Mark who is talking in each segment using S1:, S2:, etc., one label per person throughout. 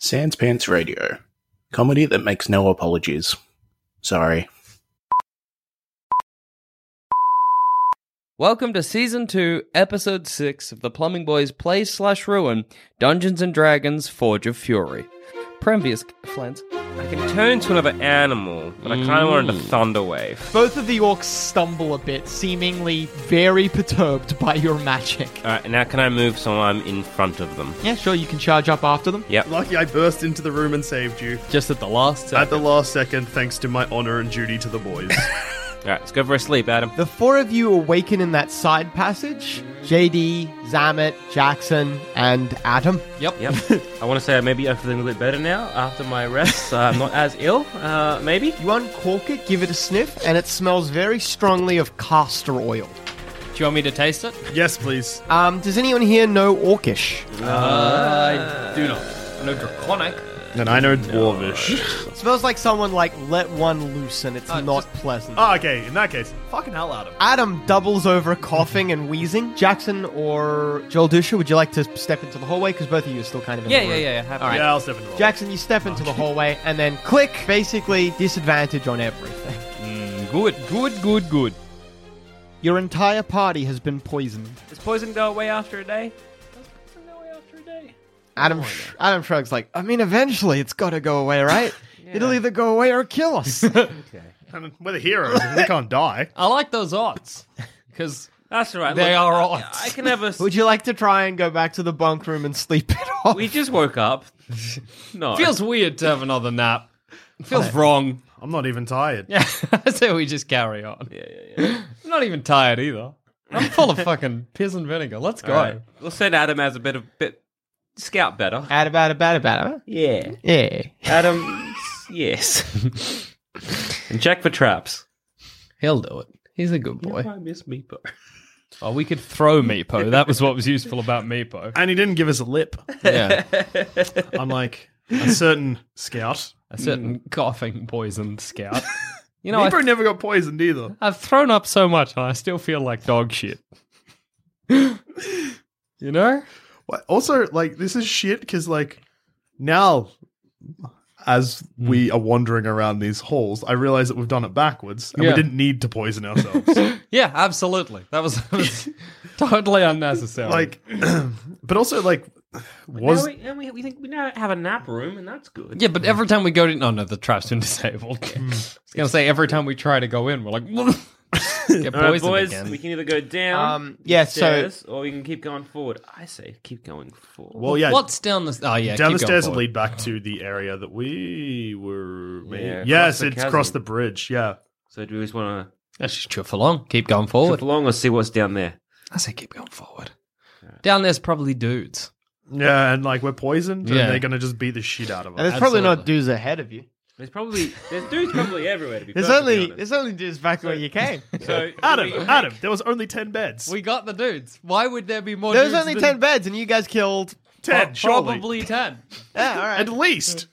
S1: Sans Pants Radio. Comedy that makes no apologies. Sorry.
S2: Welcome to season two, episode six of the Plumbing Boys Play Slash Ruin Dungeons and Dragons Forge of Fury. Previous flans.
S3: I can turn into another animal, but I kind of wanted
S4: Mm.
S3: a thunder wave.
S5: Both of the orcs stumble a bit, seemingly very perturbed by your magic.
S3: All right, now can I move so I'm in front of them?
S5: Yeah, sure, you can charge up after them.
S3: Yep.
S6: Lucky I burst into the room and saved you.
S4: Just at the last
S6: At the last second, thanks to my honor and duty to the boys.
S3: All right, let's go for a sleep, Adam.
S5: The four of you awaken in that side passage JD, Zamet, Jackson, and Adam.
S3: Yep. Yep. I want to say maybe I'm feeling a little bit better now after my rest. so I'm not as ill. Uh, maybe.
S5: You uncork it, give it a sniff, and it smells very strongly of castor oil.
S4: Do you want me to taste it?
S6: yes, please.
S4: Uh,
S5: Um, does anyone here know orcish?
S3: Uh,
S4: I do not. I know draconic.
S6: And I know dwarvish.
S5: It smells like someone like let one loose, and it's
S3: Uh,
S5: not pleasant.
S6: Ah, okay, in that case, fucking hell out of
S5: Adam doubles over, coughing and wheezing. Jackson or Joel Dusha, would you like to step into the hallway? Because both of you are still kind of in
S4: Yeah,
S5: the
S4: yeah,
S5: room.
S4: yeah. Happy.
S5: All right.
S6: Yeah, I'll step into the
S5: Jackson, you step into the hallway and then click. Basically, disadvantage on everything.
S4: Good, good, good, good.
S5: Your entire party has been poisoned.
S4: Does poison go away after a day?
S3: Oh,
S5: Adam, sh- Adam shrugs like, I mean, eventually it's got to go away, right? It'll either go away or kill us.
S6: And we're the heroes. we can't die.
S4: I like those odds because
S3: That's all right.
S4: they
S3: look,
S4: are
S3: I-
S4: odds.
S3: I can have a.
S5: would you like to try and go back to the bunk room and sleep it off?
S3: we just woke up. No.
S4: Feels weird to have another nap. Feels wrong.
S6: I'm not even tired.
S4: Yeah, I say we just carry on. Yeah, yeah, yeah. I'm not even tired either. I'm full of fucking piss and vinegar. Let's go.
S3: All right. We'll send Adam as a bit of bit scout better.
S5: Adam, Adam, Adam, Adam.
S3: Yeah.
S5: Yeah.
S3: Adam. yes. and check for traps.
S4: He'll do it. He's a good boy.
S3: I miss Meepo.
S4: Oh, we could throw Meepo. That was what was useful about Meepo.
S6: And he didn't give us a lip,
S4: Yeah.
S6: unlike a certain scout.
S4: A certain
S2: Mm.
S4: coughing poison scout. You know,
S6: No,
S4: I,
S6: never got poisoned either.
S4: I've thrown up so much and I still feel like dog shit. you know?
S6: What- Also, like, this is shit because, like, now as we
S4: Hmm.
S6: are wandering around these halls, I realize that we've done it backwards and
S4: Yeah.
S6: we didn't need to poison ourselves.
S4: Yeah, absolutely. That was, that was totally unnecessary.
S6: like, but also, like, was.
S3: we, now we, we think we now have a nap room, and that's good.
S4: yeah, but every time we go to oh, no, no, the trap's been disabled. I was gonna say every time we try to go in, we're like, get poisoned
S3: All right, boys,
S4: again.
S3: we can either go down
S5: Um, yeah, so-
S3: stairs, or we can keep going forward. I say keep going forward.
S6: Well, yeah.
S4: What's down the? Oh yeah,
S6: down the
S4: keep going
S6: stairs will
S4: forward.
S6: lead back to the area that we were.
S3: Yeah, across
S6: yes,
S3: the
S6: it's
S3: chasm.
S6: across the bridge. Yeah,
S3: So do we just want
S4: Let's just chuff along. Keep going
S3: to
S4: forward.
S3: trip along or see what's down there?
S4: I say keep going forward. Down there's probably dudes.
S6: yeah, and like we're poisoned,
S4: Yeah.
S6: and they're gonna just beat the shit out of
S5: And
S6: us.
S5: there's probably not dudes ahead of you.
S3: There's probably there's dudes probably everywhere. To be
S5: There's
S3: perfectly
S5: only
S3: honest.
S5: there's only dudes back where you came.
S3: so
S6: Adam,
S3: we-
S6: Adam, there was only ten beds.
S4: We got the dudes. Why would there be more?
S5: There was
S4: dudes
S5: only
S4: than-
S5: ten beds, and you guys killed.
S6: ten, surely.
S4: Probably ten.
S5: Yeah, all right.
S6: at least.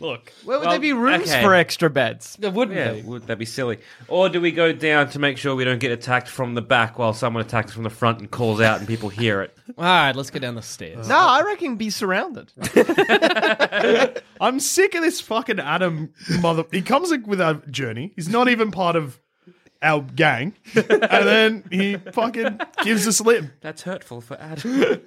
S4: Look,
S5: Where would
S3: Well,
S5: there be rooms
S3: okay.
S5: for extra beds?
S4: there wouldn't
S3: Yeah,
S4: be.
S3: would that be silly? Or do we go down to make sure we don't get attacked from the back while someone attacks from the front and calls out and people hear it?
S4: All right, let's go down the stairs.
S5: No, I reckon be surrounded.
S6: I'm sick of this fucking Adam mother. He comes in with our journey. He's not even part of our gang, and then he fucking gives us lip.
S3: That's hurtful for Adam.
S5: Do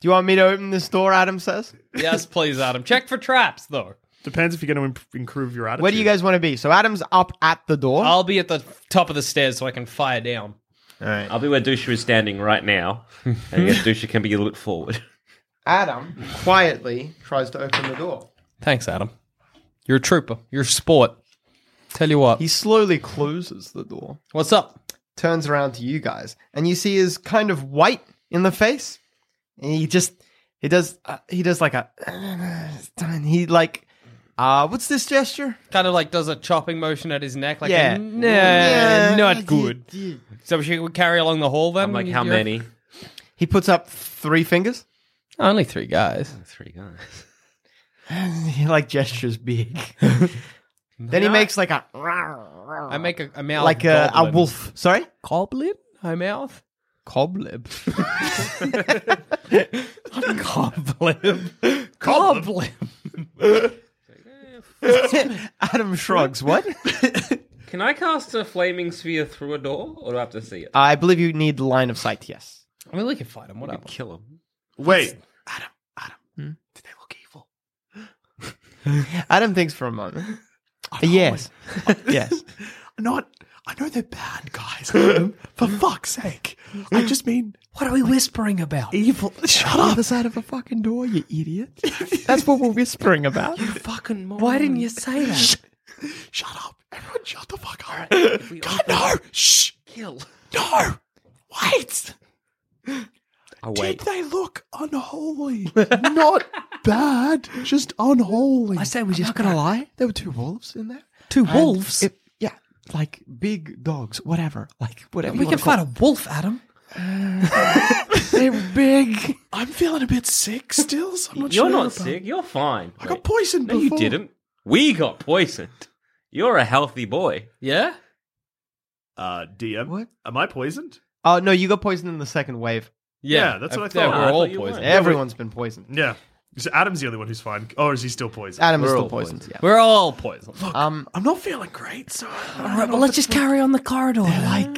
S5: you want me to open this door? Adam says.
S4: yes, please, Adam. Check for traps, though.
S6: Depends if you're going to imp- improve your attitude.
S5: Where do you guys want to be? So Adam's up at the door.
S4: I'll be at the top of the stairs so I can fire down.
S5: All right.
S3: I'll be where Dusha is standing right now, and yet Dusha can be looked forward.
S5: Adam quietly tries to open the door.
S4: Thanks, Adam. You're a trooper. You're a sport. Tell you what.
S5: He slowly closes the door,
S4: What's up?
S5: turns around to you guys, and you see he's kind of white in the face, and he just he does uh, he does like a he like uh what's this gesture?
S4: Kind of like does a chopping motion at his neck, like
S5: Yeah.
S4: a, nah,
S5: Yeah.
S4: Uh, not good. So we should carry along the hall then.
S3: I'm like, how
S4: You-
S3: many?
S5: He puts up three fingers.
S4: Only three guys.
S3: Three guys.
S5: He like gestures big. then he makes like a
S4: I make a, a mouth
S5: Oh. like a, a
S4: goblin.
S5: wolf. Sorry,
S4: goblin. My mouth
S5: Coblib.
S4: goblin goblin.
S5: Adam shrugs. What?
S3: Can I cast a flaming sphere through a door, or do I have to see it?
S5: I believe you need line of sight. Yes.
S4: I mean, we can fight him. Whatever.
S3: Kill him.
S6: Wait. Hmm?
S5: Adam thinks for a moment. yes. yes.
S6: Not. I know they're bad guys. for fuck's sake. I just mean. What are we whispering about? Evil. Shut up. The side of a fucking door, you idiot.
S5: That's what we're whispering about.
S3: Fucking Why didn't you say that?
S6: Shut up. Everyone shut the fuck up. God, no. Shh. Kill. No. Wait.
S3: Oh,
S6: Did
S3: wait.
S6: they look unholy? Not bad, just unholy.
S5: I say we just. not gonna lie. There were two wolves in there. Two wolves. yeah, like big dogs, whatever. Like whatever. We can fight a wolf, Adam. They're big.
S6: I'm feeling a bit sick still, so I'm not
S3: You're
S6: sure
S3: not
S6: about-
S3: sick. You're fine.
S6: I
S3: Wait.
S6: got poisoned
S3: No, you
S6: before.
S3: didn't. We got poisoned. You're a healthy boy.
S4: Yeah.
S6: Uh, DM.
S5: What?
S6: Am I poisoned?
S5: Oh no, you got poisoned in the second wave.
S6: Yeah, that's what I
S4: Yeah,
S6: thought.
S4: we're
S6: I
S4: all
S3: thought you
S4: poisoned.
S3: were.
S5: Everyone's been poisoned.
S6: Yeah. So Adam's the only one who's fine. Oh, is he still poisoned?
S5: Adam is
S3: We're
S5: still
S3: all
S5: poisoned. Yeah.
S4: We're all poisoned.
S5: Um.
S6: I'm not feeling great, so. All
S5: All right, well, let's just carry on the corridor. Like,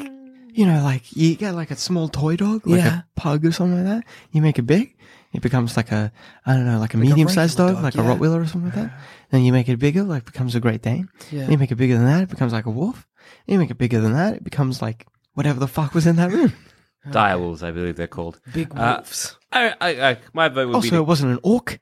S5: you know, like you get like a small toy dog, like a pug or something like that. You make it big, it becomes like a, I don't know, like a medium sized dog, like a Rottweiler or something like that. Then you make it bigger, like becomes a Great Dane. Then you make it bigger than that, it becomes like a wolf. Then you make it bigger than that, it becomes like whatever the fuck was in that room.
S3: Direwolves, I believe they're called.
S4: Big
S3: Uh,
S4: wolves.
S3: I, I, I, my vote would
S5: also, it
S3: be.
S5: wasn't an orc,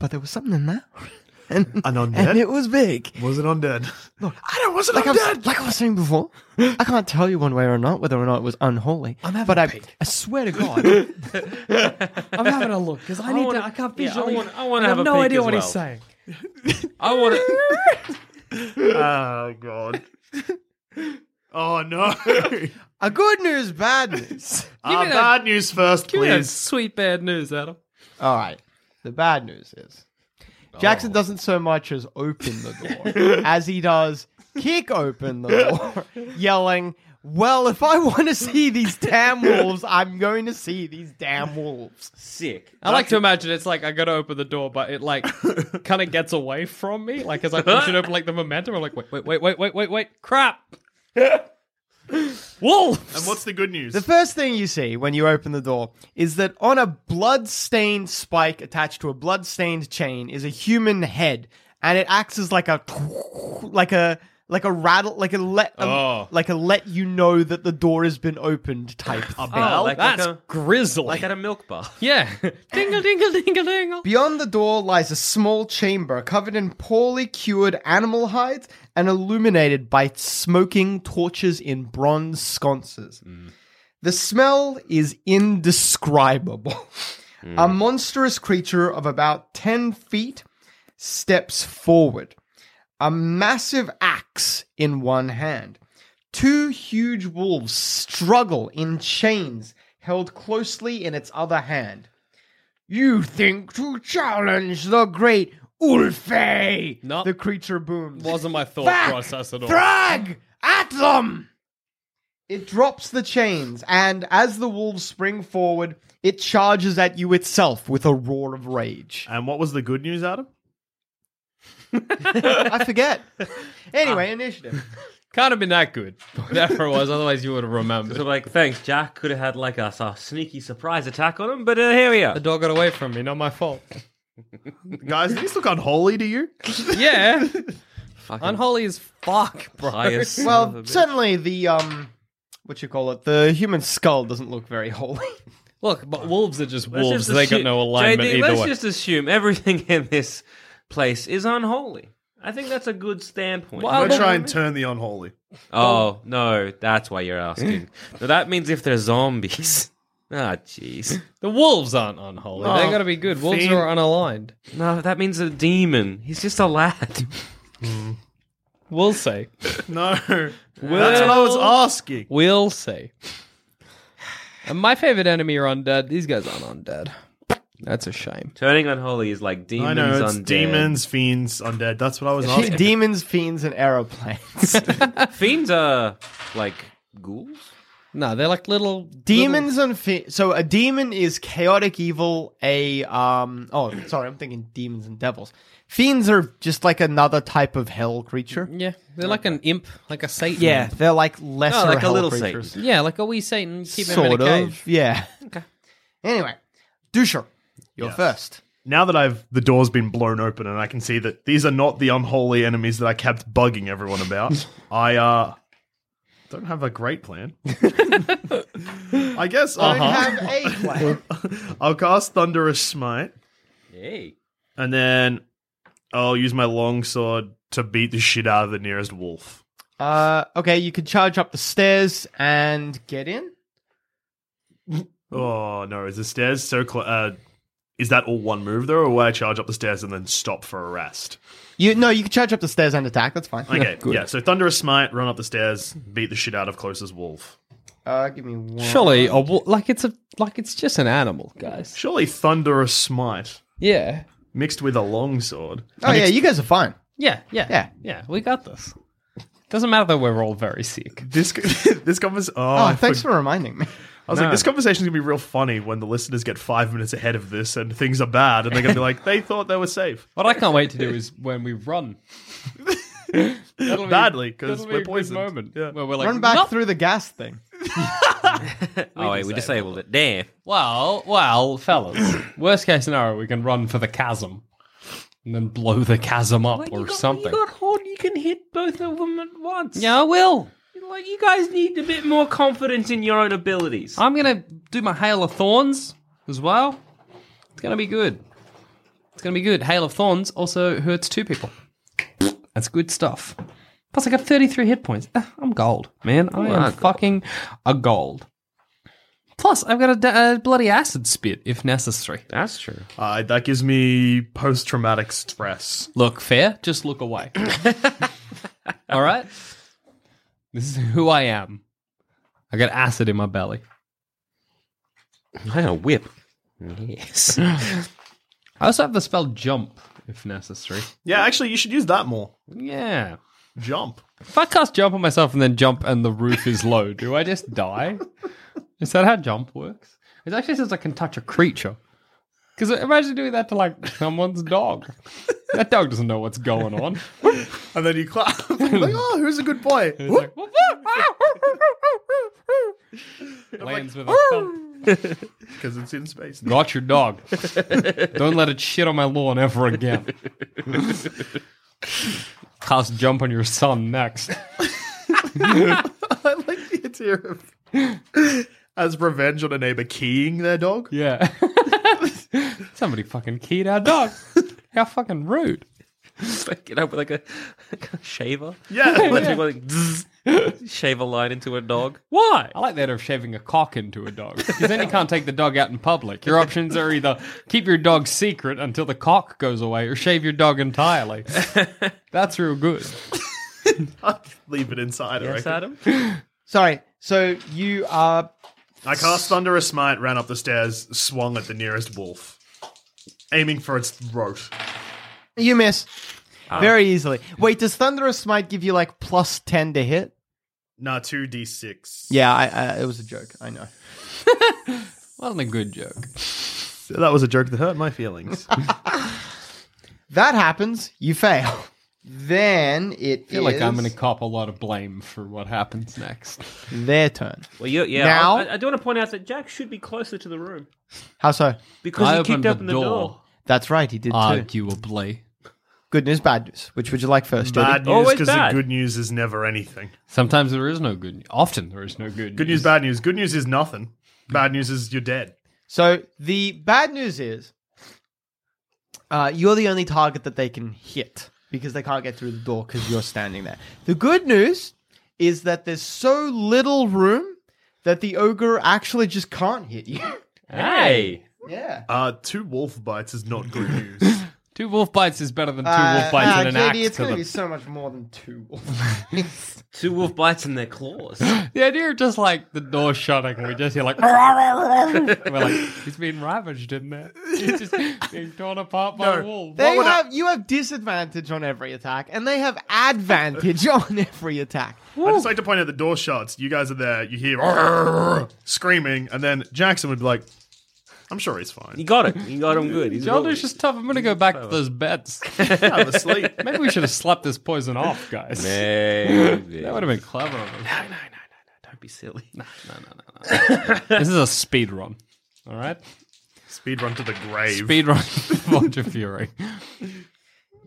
S5: but there was something in there. And,
S6: An undead?
S5: and it was big.
S6: Wasn't undead. Look, Adam wasn't
S5: like I, was,
S6: undead.
S5: like I was saying before, I can't tell you one way or not whether or not it was unholy. I'm having but I I swear to God,
S4: I'm having a look because I need
S3: wanna-
S4: to. I can't
S3: yeah, I
S4: visually.
S3: wanna- I wanna
S4: I
S3: have a
S4: no
S3: peek
S4: idea
S3: as
S4: what
S3: well.
S4: he's saying.
S3: I want to.
S6: oh god. Oh no.
S5: a good news, bad news.
S6: Ah,
S4: me that-
S6: bad news first,
S4: Give me that
S6: please.
S4: sweet bad news, Adam.
S5: All right, the bad news is Jackson doesn't so much as open the door as he does kick open the door, yelling. Well, if I want to see these damn wolves, I'm going to see these damn wolves.
S3: Sick.
S4: I like to imagine it's like I gotta open the door, but it like kind of gets away from me. Like as I push it open, like the momentum, I'm like, wait, wait, wait, wait, wait, wait, wait, crap! Wolves.
S6: And what's the good news?
S5: The first thing you see when you open the door is that on a blood-stained spike attached to a blood-stained chain is a human head, and it acts as like a like a like a rattle like a let a-
S4: Oh.
S5: like a let you know that the door has been opened type.
S6: A
S5: thing.
S6: bell?
S3: like-
S4: oh, That's
S3: a-
S4: grizzly.
S3: Like at a milk bar.
S4: yeah, dingle, dingle, dingle, dingle.
S5: Beyond the door lies a small chamber covered in poorly cured animal hides and illuminated by smoking torches in bronze sconces. The smell is indescribable. A monstrous creature of about 10 feet steps forward, a massive axe in one hand. Two huge wolves struggle in chains held closely in its other hand. You think to challenge the great Ulfe?
S4: No.
S5: The creature boomed.
S4: Wasn't my thought
S5: Back!
S4: process at all.
S5: Thrag! At them! It drops the chains, and as the wolves spring forward, it charges at you itself with a roar of rage.
S6: and what was the good news, Adam?
S4: Ah.
S5: I forget. Anyway, initiative.
S4: Can't have been that good, whatever it was. Otherwise, you would have remembered.
S3: So like, thanks, Jack. Could have had like a, a sneaky surprise attack on him, but uh, here we
S4: The
S3: are.
S4: dog got away from me. Not my fault.
S6: Guys, did this look unholy to you?
S4: Yeah. Unholy as fuck, bro.
S3: Bias.
S5: Well, certainly the um, what you call it, the human skull doesn't look very holy.
S4: Look, but wolves are just
S3: Let's
S4: wolves.
S3: just
S4: They
S3: assume-
S4: got no alignment
S3: JD,
S4: either
S3: let's
S4: way.
S3: just assume everything in this place is unholy. I think that's a good standpoint.
S4: Well,
S6: I'm gonna try and turn the unholy.
S3: oh no, that's why you're asking. no, that means if they're zombies. Ah, jeez.
S4: The wolves aren't unholy. they
S6: Oh,
S4: got to be good. Wolves
S6: fiend.
S4: are unaligned.
S3: No, that means a demon. He's just a lad.
S4: We'll say.
S6: No, that's what I was asking.
S4: We'll say. And my favorite enemy are undead. These guys aren't undead. That's a shame.
S3: Turning unholy is like demons.
S6: I know it's
S3: undead.
S6: demons, fiends, undead. That's what I was asking.
S5: Demons, fiends, and aeroplanes.
S3: Fiends are like ghouls.
S4: No, they're like little
S5: demons and fiends. So a demon is chaotic evil. A um, oh, sorry, I'm thinking demons and devils. Fiends are just like another type of hell creature.
S4: Little, yeah, they're like an imp, like a Satan.
S5: Yeah, they're like lesser
S3: like a
S5: hell
S3: little
S5: creatures.
S4: yeah, like a wee Satan. Keep him
S5: Sort
S4: in a
S5: of.
S4: cage.
S5: Yeah. Okay. Anyway, Dusher, you're
S6: Yes.
S5: first.
S6: Now that I've the door's been blown open and I can see that these are not the unholy enemies that I kept bugging everyone about, I uh don't have a great plan. I guess
S5: I
S6: I
S5: have a plan.
S6: I'll cast Thunderous Smite
S3: Hey.
S6: and then I'll use my longsword to beat the shit out of the nearest wolf.
S5: Uh, okay, you can charge up the stairs and get in.
S6: Oh no, is the stairs so close? Uh, is that all one move though, or will I charge up the stairs and then stop for a rest?
S5: You no, you can charge up the stairs and attack. That's fine.
S6: Okay, yeah. So Thunderous Smite, run up the stairs, beat the shit out of closest wolf.
S5: Uh, give me one.
S4: Surely, a wo- like it's a like it's just an animal, guys.
S6: Surely Thunderous Smite
S4: Yeah,
S6: mixed with a longsword.
S5: Oh yeah, you guys are fine.
S4: yeah, yeah,
S5: Yeah.
S4: yeah. We got this. Doesn't matter that we're all very sick.
S6: This this conversation. Oh,
S5: Oh,
S6: I,
S5: thanks
S6: for-
S5: for reminding me.
S6: I was like, this conversation's gonna be real funny when the listeners get five minutes ahead of this and things are bad, and they're gonna be like, they thought they were safe
S4: What I can't wait to do is when we run. That'll be-
S6: badly because
S4: that'll be a
S6: we're
S4: good
S6: poisoned.
S4: moment
S6: Yeah.
S4: where we're like,
S5: Run back
S4: "Nope."
S5: through the gas thing.
S3: oh wait, we disabled it. Damn.
S4: Well, well, fellas. worst case scenario, we can run for the chasm and then blow the chasm up or something.
S3: hold. You can hit both of them at once.
S4: Yeah, I will.
S3: Like you guys need a bit more confidence in your own abilities.
S4: I'm gonna do my hail of thorns as well. It's gonna be good. It's gonna be good. Hail of thorns also hurts two people. That's good stuff. Plus, I got 33 hit points. Ah, I'm gold, man.
S3: Ah,
S4: I am fucking a gold. Plus, I've got a, d- a bloody acid spit if necessary.
S3: That's true.
S6: Uh, that gives me post traumatic stress.
S4: Look fair, just look away. All right? This is who I am. I got acid in my belly.
S3: I had a whip. Yes.
S4: I also have the spell jump if necessary.
S6: Yeah, actually, you should use that more.
S4: Yeah.
S6: Jump.
S4: If I cast jump on myself and then jump and the roof is low, do I just die? Is that how jump works? It actually says I can touch a creature. Because imagine doing that to like someone's dog. That dog doesn't know what's going on.
S6: And then you clap. like, oh, who's a good boy?
S4: It's like, "Woof, woof." Lands with a thump.
S6: Because it's in space.
S4: Got your dog. Don't let it shit on my lawn ever again. Cast jump on your son next.
S6: I like the idea of as revenge on a neighbor keying their dog.
S4: Yeah. Somebody fucking keyed our dog. How fucking rude.
S3: Get up with like a, like a shaver.
S6: Yeah,
S3: Like, people like, zzz, shave a line into a dog. Why?
S4: I like that of shaving a cock into a dog. Because then you can't take the dog out in public. Your options are either keep your dog secret until the cock goes away or shave your dog entirely. That's real good.
S6: I'll leave it inside. I, reckon.
S3: Adam.
S5: Sorry. So you are
S6: I cast thunderous smite, ran up the stairs, swung at the nearest wolf, aiming for its throat.
S5: you miss
S6: Ah.
S5: very easily. Wait, does thunderous smite give you like plus ten to hit?
S6: Nah, two d six.
S5: Yeah, I, uh, it was a joke. I know.
S4: Wasn't a good joke.
S6: that was a joke that hurt my feelings.
S5: That happens. You fail. Then it
S4: I feel like I'm
S5: is
S4: going to cop a lot of blame for what happens next.
S5: their turn.
S3: Well, you, yeah.
S5: Now-
S3: I, I do want to point out that Jack should be closer to the room
S5: How so?
S3: because
S4: I
S3: he
S4: opened
S3: kicked open the door.
S5: That's right, he did too.
S4: arguably.
S5: Good news, bad news. Which would you like first, Jody?
S6: Bad news
S3: Always
S6: because the
S3: bad.
S6: good news is never anything.
S4: Sometimes there is no good. Often there is no good.
S6: Good news, bad news. Good news is nothing. Bad news is you're dead.
S5: So the bad news is uh, you're the only target that they can hit because they can't get through the door because you're standing there. The good news is that there's so little room that the ogre actually just can't hit you.
S3: Hey,
S5: yeah.
S6: Uh, two wolf bites is not good news.
S4: Two wolf bites is better than two
S5: Uh,
S4: wolf bites
S5: uh,
S4: and an
S5: JD,
S4: axe.
S5: it's
S4: to
S5: going to
S4: the...
S5: be so much more than two wolf bites.
S3: two wolf bites in their claws.
S4: The idea of just like the door shutting, and we just hear like, we're like, he's been ravaged, isn't it? He's just being torn apart by wolves.
S5: They have you have disadvantage on every attack, and they have advantage on every attack.
S6: I just like to point out the door shuts. You guys are there. You hear "Arr!" screaming, and then Jackson would be like, "I'm sure he's fine.
S3: you got it. You got him good. He's
S4: Shoulders just tough. I'm gonna go back to those beds.
S6: Have a sleep."
S4: Maybe we should have slapped this poison off, guys. That would have been clever. Of us.
S3: Don't be silly.
S4: This is a speed run. All right,
S6: Speed run to the grave.
S4: speed run. Bunch of fury.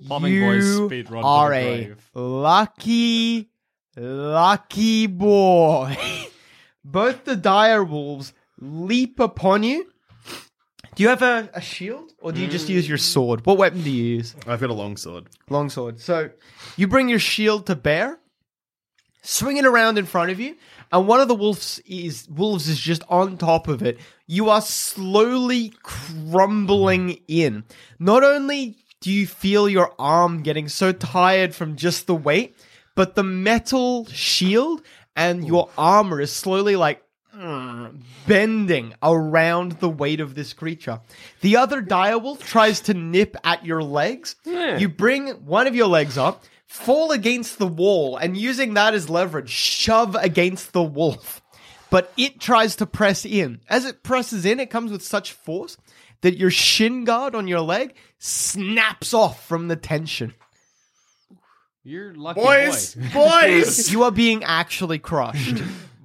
S4: Plumbing
S5: you
S4: boys speed run to
S5: are
S4: the
S5: a
S4: grave.
S5: lucky, lucky boy. Both the dire wolves leap upon you. Do you have a, a shield, or do you just use
S4: Mm.
S5: your sword? What weapon do you use?
S6: I've got a long sword.
S5: longsword. So you bring your shield to bear, swing it around in front of you, and one of the wolves is wolves is just on top of it. You are slowly crumbling in. Not only do you feel your arm getting so tired from just the weight, but the metal shield and your armor is slowly like bending around the weight of this creature. The other direwolf tries to nip at your legs. You bring one of your legs up, fall against the wall, and using that as leverage, shove against the wolf. But it tries to press in. As it presses in, it comes with such force that your shin guard on your leg snaps off from the tension.
S4: You're lucky
S6: Boys,
S4: boy.
S6: boys,
S5: You are being actually crushed.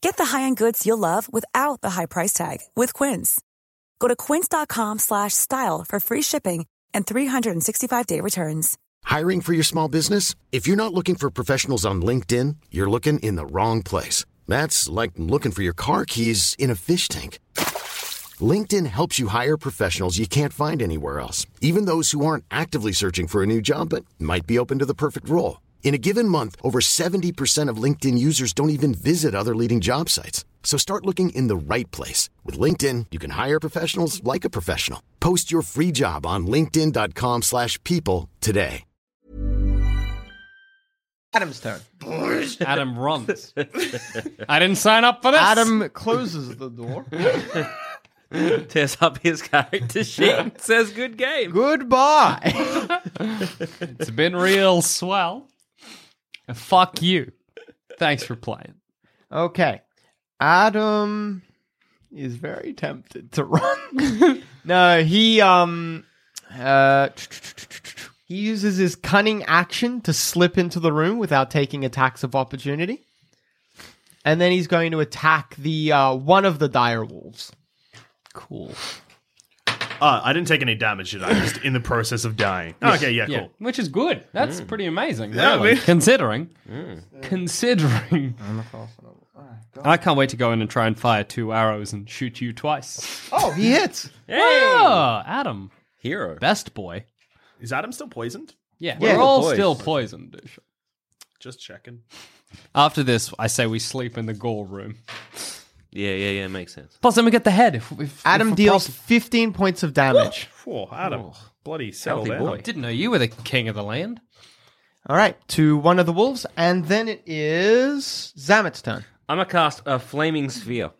S7: Get the high-end goods you'll love without the high price tag with Quince. Go to quince.com/style slash style for free shipping and 365-day returns.
S8: Hiring for your small business? If you're not looking for professionals on LinkedIn, you're looking in the wrong place. That's like looking for your car keys in a fish tank. LinkedIn helps you hire professionals you can't find anywhere else, even those who aren't actively searching for a new job but might be open to the perfect role. In a given month, over 70% of LinkedIn users don't even visit other leading job sites. So start looking in the right place. With LinkedIn, you can hire professionals like a professional. Post your free job on linkedin.com/people slash people today.
S5: Adam's turn.
S4: Adam runs. I didn't sign up for this.
S5: Adam closes the door.
S3: tears up his character sheet. and Says good game.
S5: Goodbye.
S4: It's been real swell. And fuck you. Thanks for playing.
S5: Okay. Adam is very tempted to run. no, he um uh he uses his cunning action to slip into the room without taking attacks of opportunity. And then he's going to attack the uh, one of the dire wolves.
S4: Cool.
S6: Ah, I didn't take any damage, did I? Just in the process of dying. Okay, yeah, cool.
S4: Which is good.
S5: Mm.
S4: That's pretty amazing.
S6: Yeah,
S4: really.
S6: I mean-
S4: Considering. Considering.
S5: Oh,
S4: I can't wait to go in and try and fire two arrows and shoot you twice.
S5: Oh, he hits.
S4: Oh, Adam.
S3: Hero.
S4: Best boy.
S6: Is Adam still poisoned?
S4: Yeah,
S6: Yeah.
S4: we're all
S6: Poised.
S4: still poisoned. Dish.
S6: Just checking.
S4: After this, I say we sleep in the gore room.
S3: Yeah, yeah, yeah. Makes sense.
S4: Plus, then we get the head. If, if,
S5: Adam
S4: if
S5: deals 15 points of damage.
S6: Poor Adam. Bloody settle
S4: Oh. Healthy
S6: down.
S4: boy. Didn't know you were the king of the land.
S5: All right, to one of the wolves, and then it is Zamet's turn.
S3: I'm gonna cast a flaming sphere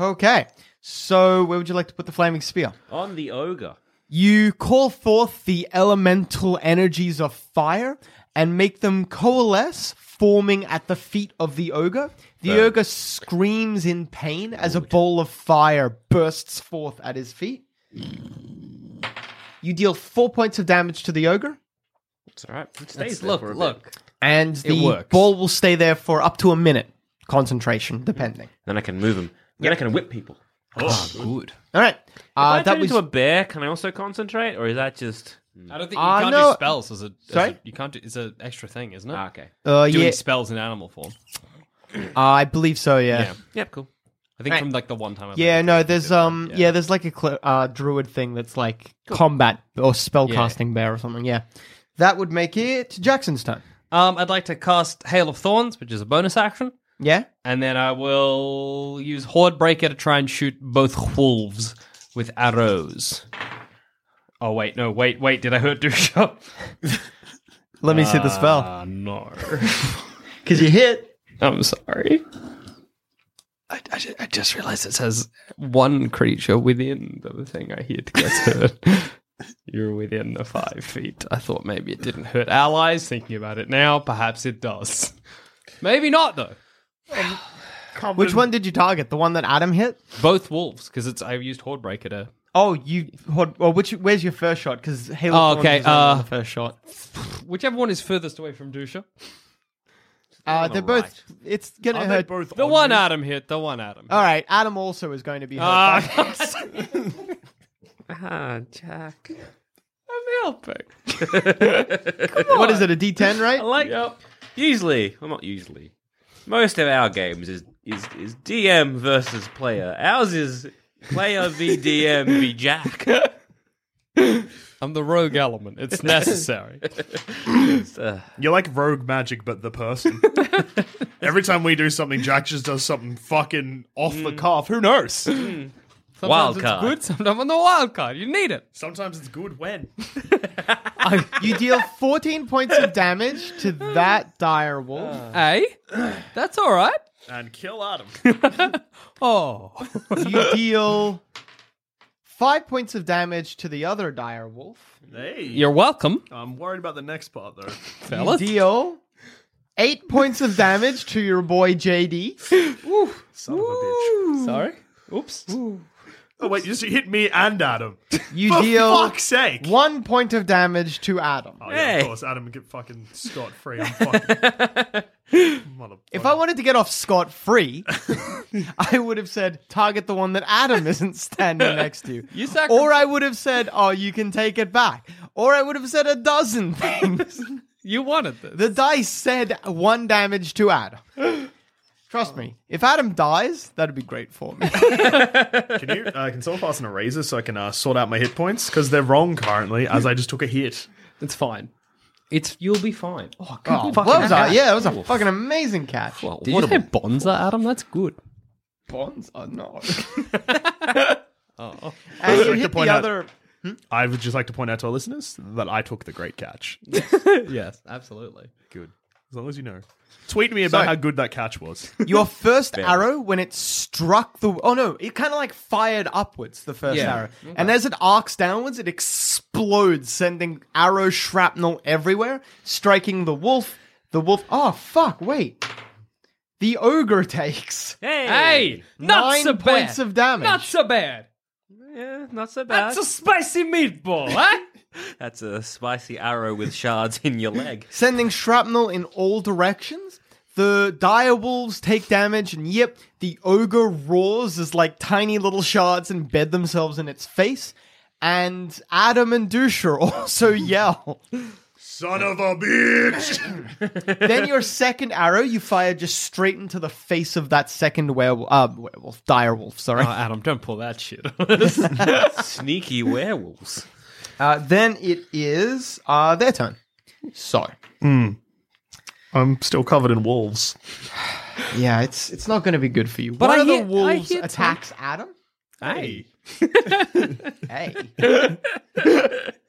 S5: Okay, so where would you like to put the flaming spear?
S3: on the ogre.
S5: You call forth the elemental energies of fire and make them coalesce, forming at the feet of the ogre. The ogre screams in pain as a ball of fire bursts forth at his feet. You deal four points of damage to the ogre,
S3: It's all right. It
S4: Let's
S3: stays there
S4: look,
S3: for a bit.
S4: look.
S5: and
S4: It
S5: the
S4: works.
S5: ball will stay there for up to a minute. Concentration, depending.
S3: Then I can move him. Then I can whip people.
S4: Oh, good.
S5: All right.
S3: If
S5: Uh,
S3: I
S5: that
S3: turn
S5: was
S3: into a bear, can I also concentrate, or is that just?
S4: I don't think you
S5: Uh,
S4: can't
S5: no.
S4: do spells as a. as
S5: Sorry?
S4: a- you can't do. It's an extra thing, isn't it?
S3: Ah, okay.
S5: Uh,
S4: Doing
S5: yeah.
S4: spells in animal form.
S5: I believe so. Yeah. Yeah.
S4: Yeah.
S3: Yep. Cool.
S4: I think from like the one time. I
S5: no, there's um, yeah, there's like a cl- uh, druid thing that's like combat or spellcasting bear or something. Yeah, that would make it Jackson's turn.
S4: Um, I'd like to cast Hail of Thorns, which is a bonus action,
S5: Yeah.
S4: and then I will use Horde Breaker to try and shoot both wolves with arrows. Oh wait, no, wait, wait! Did I hurt Dusha?
S5: Let me see the spell
S4: Ah no,
S5: because you hit.
S4: I'm sorry. I, I, ju- I just realized it says one creature within the thing I hit gets hurt. You're within the five feet. I thought maybe it didn't hurt allies. Thinking about it now, perhaps it does. Maybe not though.
S5: Which one did you target? The one that Adam hit?
S4: Both wolves, because it's I used Hordebreaker to
S5: Oh, you. Hold, well, which? Where's your first shot? Because Halo.
S4: Oh,
S5: Thorns
S4: okay,
S5: is on
S4: uh,
S5: the first shot.
S4: whichever one is furthest away from Dusha.
S5: Uh, they're both. It's gonna
S6: Are they
S5: hurt.
S6: both
S4: The
S6: on
S4: one
S6: you?
S4: Adam hit. The one Adam.
S5: All right, Adam also is going to be hurt.
S4: Ah,
S5: by-
S3: Ah, Jack.
S4: I'm helping.
S5: what is it? A D10, right?
S3: I like. Usually, well, not usually. Most of our games is is is DM versus player. Ours is player v DM v Jack.
S4: I'm the rogue element. It's necessary.
S3: Uh,
S6: You're like rogue magic, but the person. Every time we do something, Jack just does something fucking off the cuff. Who knows?
S4: Sometimes
S3: Wild
S4: it's
S3: card.
S4: good. Sometimes on the wild card. You need it.
S6: Sometimes it's good when.
S5: You deal 14 points of damage to that dire wolf.
S4: Hey, eh? that's all right.
S6: And kill Adam.
S4: Oh,
S5: You deal five points of damage to the other dire wolf.
S6: hey.
S4: you're welcome,
S6: I'm worried about the next part, though.
S4: fellas.
S5: Deal eight points of damage to your boy JD.
S6: Son of a bitch.
S4: Sorry. Oops.
S6: Oh, wait, you just hit me and Adam.
S5: You
S6: For
S5: deal
S6: fuck's sake.
S5: one point of damage to Adam.
S6: Oh, yeah,
S3: Hey.
S6: of course. Adam would get fucking scot free. I'm fucking. Mother-
S5: If I wanted to get off scot free, I would have said target the one that Adam isn't standing next to.
S4: You sacri-
S5: or I would have said, oh, you can take it back. Or I would have said a dozen things.
S4: You wanted this.
S5: The dice said one damage to Adam. Trust me, if Adam dies, that'd be great for me.
S6: can you? Uh, can someone pass an eraser so I can uh, sort out my hit points? Because they're wrong currently, as I just took a hit.
S4: It's fine. It's you'll be fine. Oh, good
S5: Oh, what was that? Yeah, that was a fucking amazing catch.
S4: Did you say Bonza, Adam? That's good.
S5: Bonds? Oh, no. And Uh,
S6: Just
S5: you
S6: like to
S5: hit the
S6: point out-
S5: other.
S6: I would just like to point out to our listeners that I took the great catch.
S4: Yes, absolutely.
S6: Good. As long as you know. Tweet me about
S5: So-
S6: how good that catch was.
S5: Your first arrow, when it struck the. Oh, no, it kind of like fired upwards, the first
S4: Yeah.
S5: arrow. And as it arcs downwards, it explodes, sending arrow shrapnel everywhere, striking the wolf. The wolf. Oh, fuck, wait. The ogre takes.
S3: Hey.
S4: Hey, not
S5: Nine
S4: so bad.
S5: points of damage.
S4: Not so bad.
S3: Yeah, not so bad.
S4: That's a spicy meatball, eh? huh?
S3: That's a spicy arrow with shards in your leg.
S5: sending shrapnel in all directions. The dire wolves take damage, and yep, the ogre roars as like tiny little shards embed themselves in its face. and Adam and Dusha also yell.
S6: Son of a bitch!
S5: then your second arrow you fire just straight into the face of that second werewolf, uh, werewolf, direwolf. Sorry,
S4: Oh, Adam, don't pull that shit.
S3: Sneaky werewolves.
S5: Uh, then it is uh, their turn. So
S6: I'm still covered in wolves.
S5: yeah, it's it's not going to be good for you.
S4: But
S5: One
S4: I
S5: of
S4: hear- I
S5: the wolves
S4: hear-
S5: attacks Adam.
S6: Hey.
S5: Hey,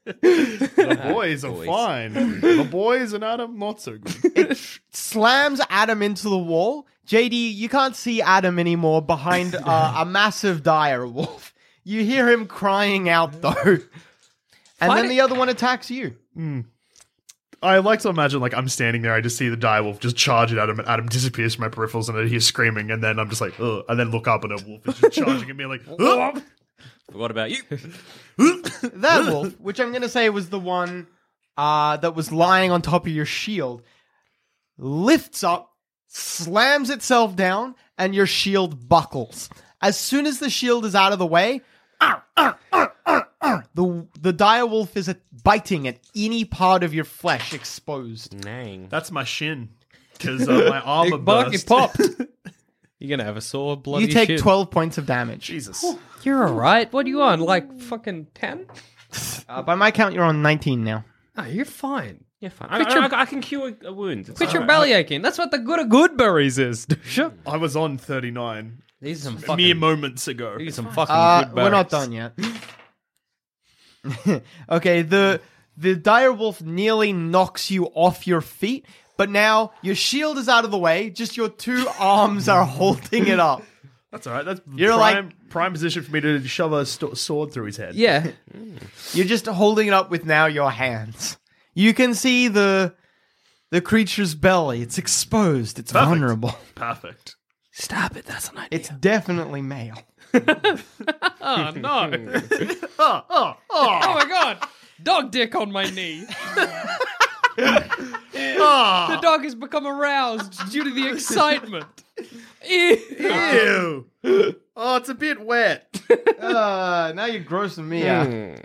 S6: The boys are fine. The boys and Adam, not so good.
S5: it tr- slams Adam into the wall. JD, you can't see Adam anymore behind uh, a massive direwolf. You hear him crying out though, and then
S4: it-
S5: the other one attacks you.
S6: I like to imagine, like, I'm standing there, I just see the dire wolf just charge at Adam, and Adam disappears from my peripherals, and I hear screaming, and then I'm just like, ugh. And then look up, and a wolf is just charging at me, like, ugh.
S3: Forgot about you.
S5: That wolf, which I'm going to say was the one uh, that was lying on top of your shield, lifts up, slams itself down, and your shield buckles. As soon as the shield is out of the way, arr, arr, arr, arr, arr, the the dire wolf is uh, biting at any part of your flesh exposed.
S3: Nang.
S6: That's my shin. Because uh, my armor
S4: Big bug,
S6: burst.
S4: it popped. You're gonna have a sore bloody
S5: you take
S4: shit.
S5: 12 points of damage.
S6: Jesus.
S4: You're all right. What are you on? Like fucking ten?
S5: Uh, by my count, you're on 19 now.
S4: Oh, you're fine.
S3: Yeah, fine. I, I, I, I can cure a wound. It's
S4: Quit your
S3: alright.
S4: belly aching. That's what the good of good berries is. Dusha.
S6: I was on 39
S4: These are some
S6: mere
S4: fucking.
S6: moments ago.
S4: These are some fucking
S5: Uh,
S4: good berries.
S5: we're not done yet. okay, the the direwolf nearly knocks you off your feet, but now your shield is out of the way. Just your two arms are holding it up.
S6: That's all right. That's
S5: You're
S6: prime, prime position for me to shove a st- sword through his head.
S4: Yeah.
S5: You're just holding it up with now your hands. You can see the the creature's belly. It's exposed. It's
S6: Perfect.
S5: vulnerable.
S6: Perfect.
S4: Stop it. That's an idea.
S5: It's definitely male.
S4: Oh no.
S6: Oh, oh,
S4: Oh
S6: oh,
S4: my god. Dog dick on my knee.
S6: oh.
S4: The dog has become aroused due to the excitement. Ew.
S6: Ew. oh, it's a bit wet.
S5: Uh, now you're grossing
S4: Hmm.
S5: me out.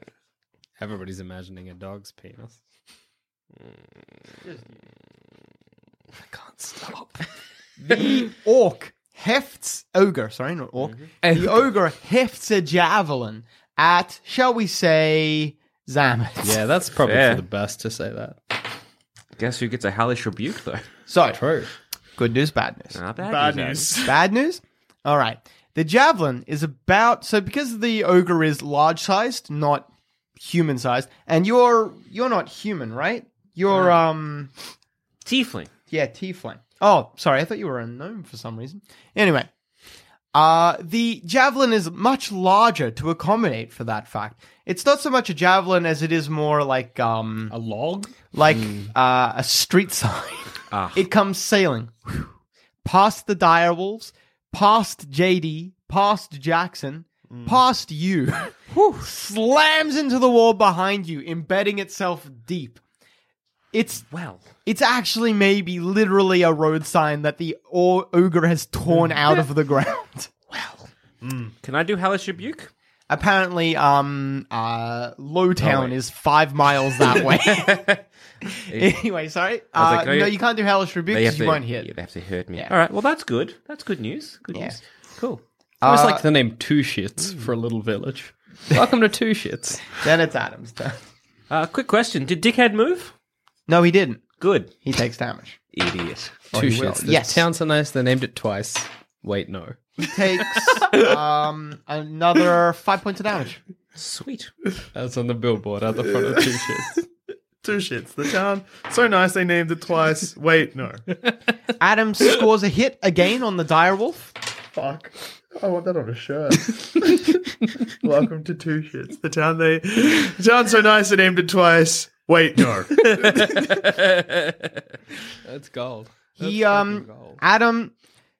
S4: Everybody's imagining a dog's penis. I can't stop.
S5: the orc hefts ogre sorry not orc the ogre hefts a javelin at shall we say Zamet.
S4: Yeah, that's probably
S3: Fair.
S4: for the best to say that.
S3: Guess who gets a hellish rebuke though?
S5: so good news bad news
S3: Not bad,
S6: Bad news.
S5: bad news all right the javelin is about so because the ogre is large sized not human sized and you're you're not human right you're um
S3: Tiefling.
S5: Yeah, tiefling. Oh, sorry, I thought you were a gnome for some reason. Anyway, uh, the javelin is much larger to accommodate for that fact. It's not so much a javelin as it is more like um,
S4: A log? Hmm. Ah.
S5: like uh, a street sign. It comes sailing whew, past the direwolves, past JD, past Jackson, past you. Whew, slams into the wall behind you, embedding itself deep. It's
S3: Well,
S5: it's actually maybe literally a road sign that the o- ogre has torn out of the ground.
S3: can I do hellish rebuke?
S5: Apparently, um, uh,
S3: Oh,
S5: Lowtown
S3: wait.
S5: is five miles that way. anyway, sorry.
S3: I was
S5: Uh,
S3: like, no,
S5: no,
S3: you-
S5: you can't do Hellish Rebuke
S3: They have
S5: because you
S3: to-
S5: won't hit.
S3: Yeah, they have to hurt me.
S5: Yeah.
S3: All right. Well, that's good. That's good news. Good
S5: Yeah.
S3: news. Cool.
S4: I always like the name Two Shits for a little village. Uh, Welcome to Two Shits.
S5: Then it's Adam's turn.
S3: Uh, quick question: Did Dickhead move?
S5: No, he didn't.
S3: Good
S5: He takes damage.
S3: idiot.
S4: Two
S5: he will.
S4: Shits. The
S5: Yes.
S4: town's so nice they named it twice. Wait, no.
S5: He takes um, another five points of damage.
S3: Sweet.
S4: That's on the billboard at the front of Two Shits.
S6: Two shits. The town. So nice they named it twice. Wait, no.
S5: Adam scores a hit again on the direwolf.
S6: Fuck. I want that on a shirt. Welcome to Two Shits. The town they. The town so nice they named it twice. Wait, no.
S4: That's gold. That's
S5: He um
S4: fucking gold.
S5: Adam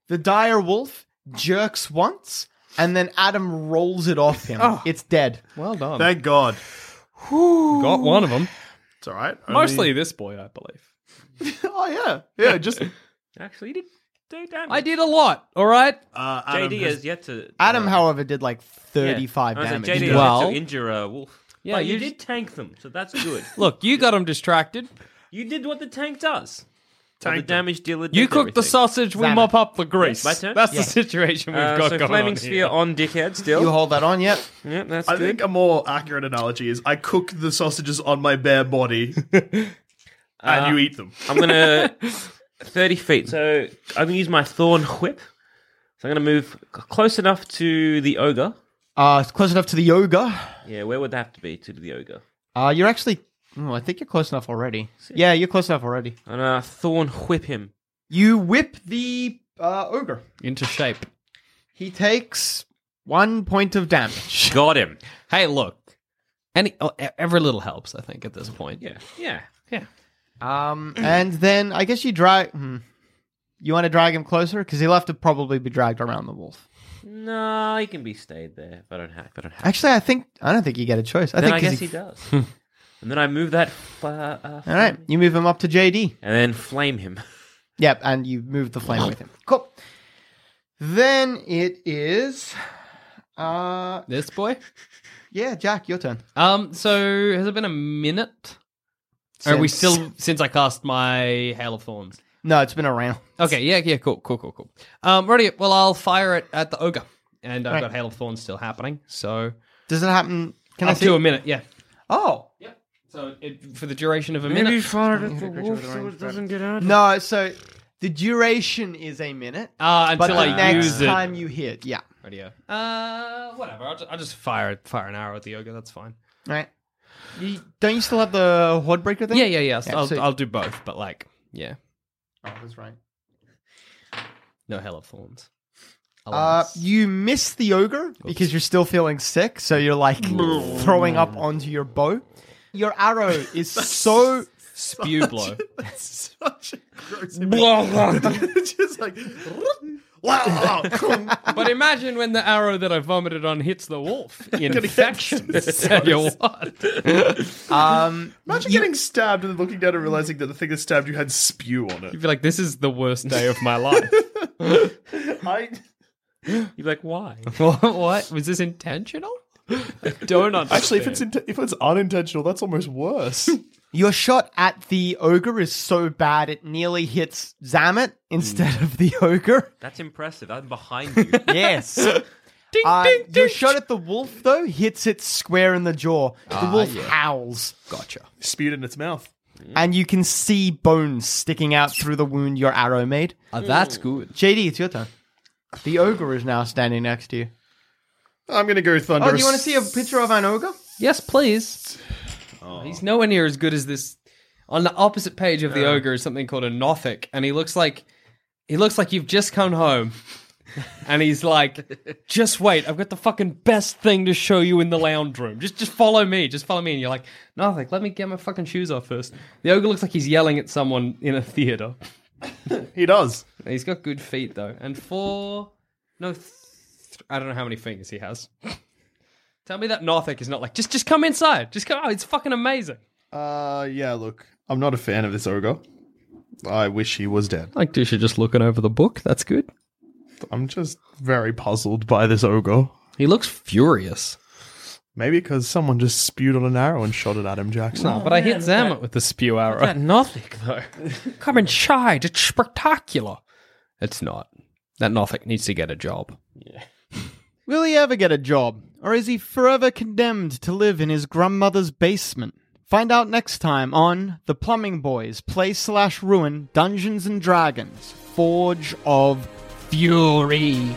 S5: the dire wolf jerks once and then Adam rolls it off him. It's dead.
S4: Well done.
S6: Thank God.
S4: Got one of them.
S6: It's all right. Only-
S4: Mostly this boy, I believe.
S6: oh yeah, yeah. Just
S3: Actually, you did do damage.
S4: I did a lot, all right?
S6: Uh,
S3: JD has yet to.
S5: Adam, however, did like
S3: I
S5: 35
S3: was like,
S5: damage.
S3: JD has
S4: Well-
S3: yet to injure a wolf.
S4: Yeah,
S3: But
S4: you
S3: you
S4: did-
S3: did tank them, so that's good.
S4: Look, you got him distracted.
S3: you did what the tank does. Tank the
S6: Tanked
S3: damage dealer.
S4: You
S3: did
S4: cook the
S3: everything.
S4: sausage, we
S5: Xana.
S4: mop up the grease.
S3: My turn?
S4: That's
S3: Yeah.
S4: the situation we've
S3: Uh,
S4: got
S3: so
S4: going
S3: flaming
S4: on
S3: sphere
S4: here.
S3: on dickhead still.
S5: You hold that on, yep.
S3: yeah, that's
S6: I
S3: good.
S6: think a more accurate analogy is I cook the sausages on my bare body and you eat them.
S3: I'm gonna thirty feet. So I'm gonna use my thorn whip. So I'm gonna move c- close enough to the ogre.
S5: Uh, it's close enough to the yoga.
S3: Yeah, where would that have to be to the ogre?
S5: Uh, you're actually. Oh, I think you're close enough already. Yeah, you're close enough already.
S3: And uh, thorn whip him.
S5: You whip the uh, ogre.
S4: Into shape.
S5: He takes one point of damage.
S3: Got him.
S4: Hey, look. Any, oh, e- every little helps, I think, at this point.
S3: Yeah, yeah.
S5: Um, and then I guess you drag. Hmm. You want to drag him closer because he'll have to probably be dragged around the wolf.
S3: No, he can be stayed there if I don't have. If I don't have.
S5: Actually, I think I don't think you get a choice. I
S3: then
S5: think
S3: I
S5: 'cause
S3: guess he,
S5: he-
S3: does. and then I move that. f- Uh, uh,
S5: All right, you move him up to JD.
S3: And then flame him.
S5: Yep, and you move the flame with him. Cool. Then it is. Uh,
S4: This boy?
S5: yeah, Jack, your turn.
S4: Um, so has it been a minute? Or Are we still since I cast my Hail of Thorns?
S5: No, it's been a round.
S4: Okay, yeah, yeah, cool, cool, cool, cool. Um, ready? Well, I'll fire it at the ogre, and I've
S5: Right.
S4: got Hail of Thorns still happening, so
S5: Does it happen? Can I
S4: up
S5: see?
S4: to a minute, yeah.
S5: Oh,
S4: So it, for the duration of a minute,
S3: fire at
S5: the wolf so it doesn't
S3: get out.
S5: no. So the duration is a minute,
S4: uh, until
S5: but the
S4: I
S5: next
S4: use
S5: time
S4: it.
S5: you hit, yeah,
S4: Radio. Uh, whatever. I'll just, I'll just fire fire an arrow at the ogre. That's fine.
S5: right. You, don't you still have the horde breaker thing?
S4: Yeah, yeah, yeah. so I'll,
S5: so-
S4: I'll do both, but like, yeah,
S5: Oh, that's right.
S4: no Hail of Thorns.
S5: Uh,
S4: Alas.
S5: you miss the ogre because you're still feeling sick, so you're like throwing up onto your bow. Your arrow is so
S4: spew blow.
S6: That's such a gross image. Just like wow.
S4: But imagine when the arrow that I vomited on hits the wolf. Infection. Tell you what.
S5: um.
S6: Imagine getting stabbed and looking down and realizing that the thing that stabbed you had spew on
S4: You'd
S6: it.
S4: be like, this is the worst day of my life.
S6: I,
S3: You're like, why?
S4: what, what? Was this intentional? I don't understand.
S6: actually, if it's int- if it's unintentional, that's almost worse.
S5: Your shot at the ogre is so bad it nearly hits Zamet instead of the ogre.
S3: That's impressive. I'm behind you.
S5: Yes. Uh, your shot at the wolf though hits it square in the jaw. The wolf howls,
S4: gotcha.
S6: Spewed in its mouth.
S5: and you can see bones sticking out through the wound your arrow made.
S4: Oh, that's good.
S5: JD, it's your turn. The ogre is now standing next to you.
S6: I'm gonna go thunder.
S5: Oh, do you want to see a picture of an ogre?
S4: Yes, please. He's nowhere near as good as this. On the opposite page of the ogre is something called a Nothic, and he looks like he looks like you've just come home. And he's like, just wait, I've got the fucking best thing to show you in the lounge room. Just just follow me. Just follow me. And you're like, Nothic, let me get my fucking shoes off first. The ogre looks like he's yelling at someone in a theater.
S6: He does.
S4: He's got good feet though, and four. No, th- I don't know how many fingers he has. Tell me that Northic is not like just just come inside. Just come. Oh, it's fucking amazing.
S6: Uh, yeah. Look, I'm not a fan of this ogre. I wish he was dead.
S4: Like Dusha just looking over the book. That's good.
S6: I'm just very puzzled by this ogre.
S4: He looks furious.
S6: Maybe because someone just spewed on an arrow and shot it at him, Jackson.
S4: No, Oh, but I hit Zamet with the spew arrow.
S3: that Nothic, though.
S4: come inside. It's spectacular. It's not. That Northic needs to get a job.
S5: Will he ever get a job? Or is he forever condemned to live in his grandmother's basement? Find out next time on The Plumbing Boys Play Slash Ruin Dungeons and Dragons Forge of Fury.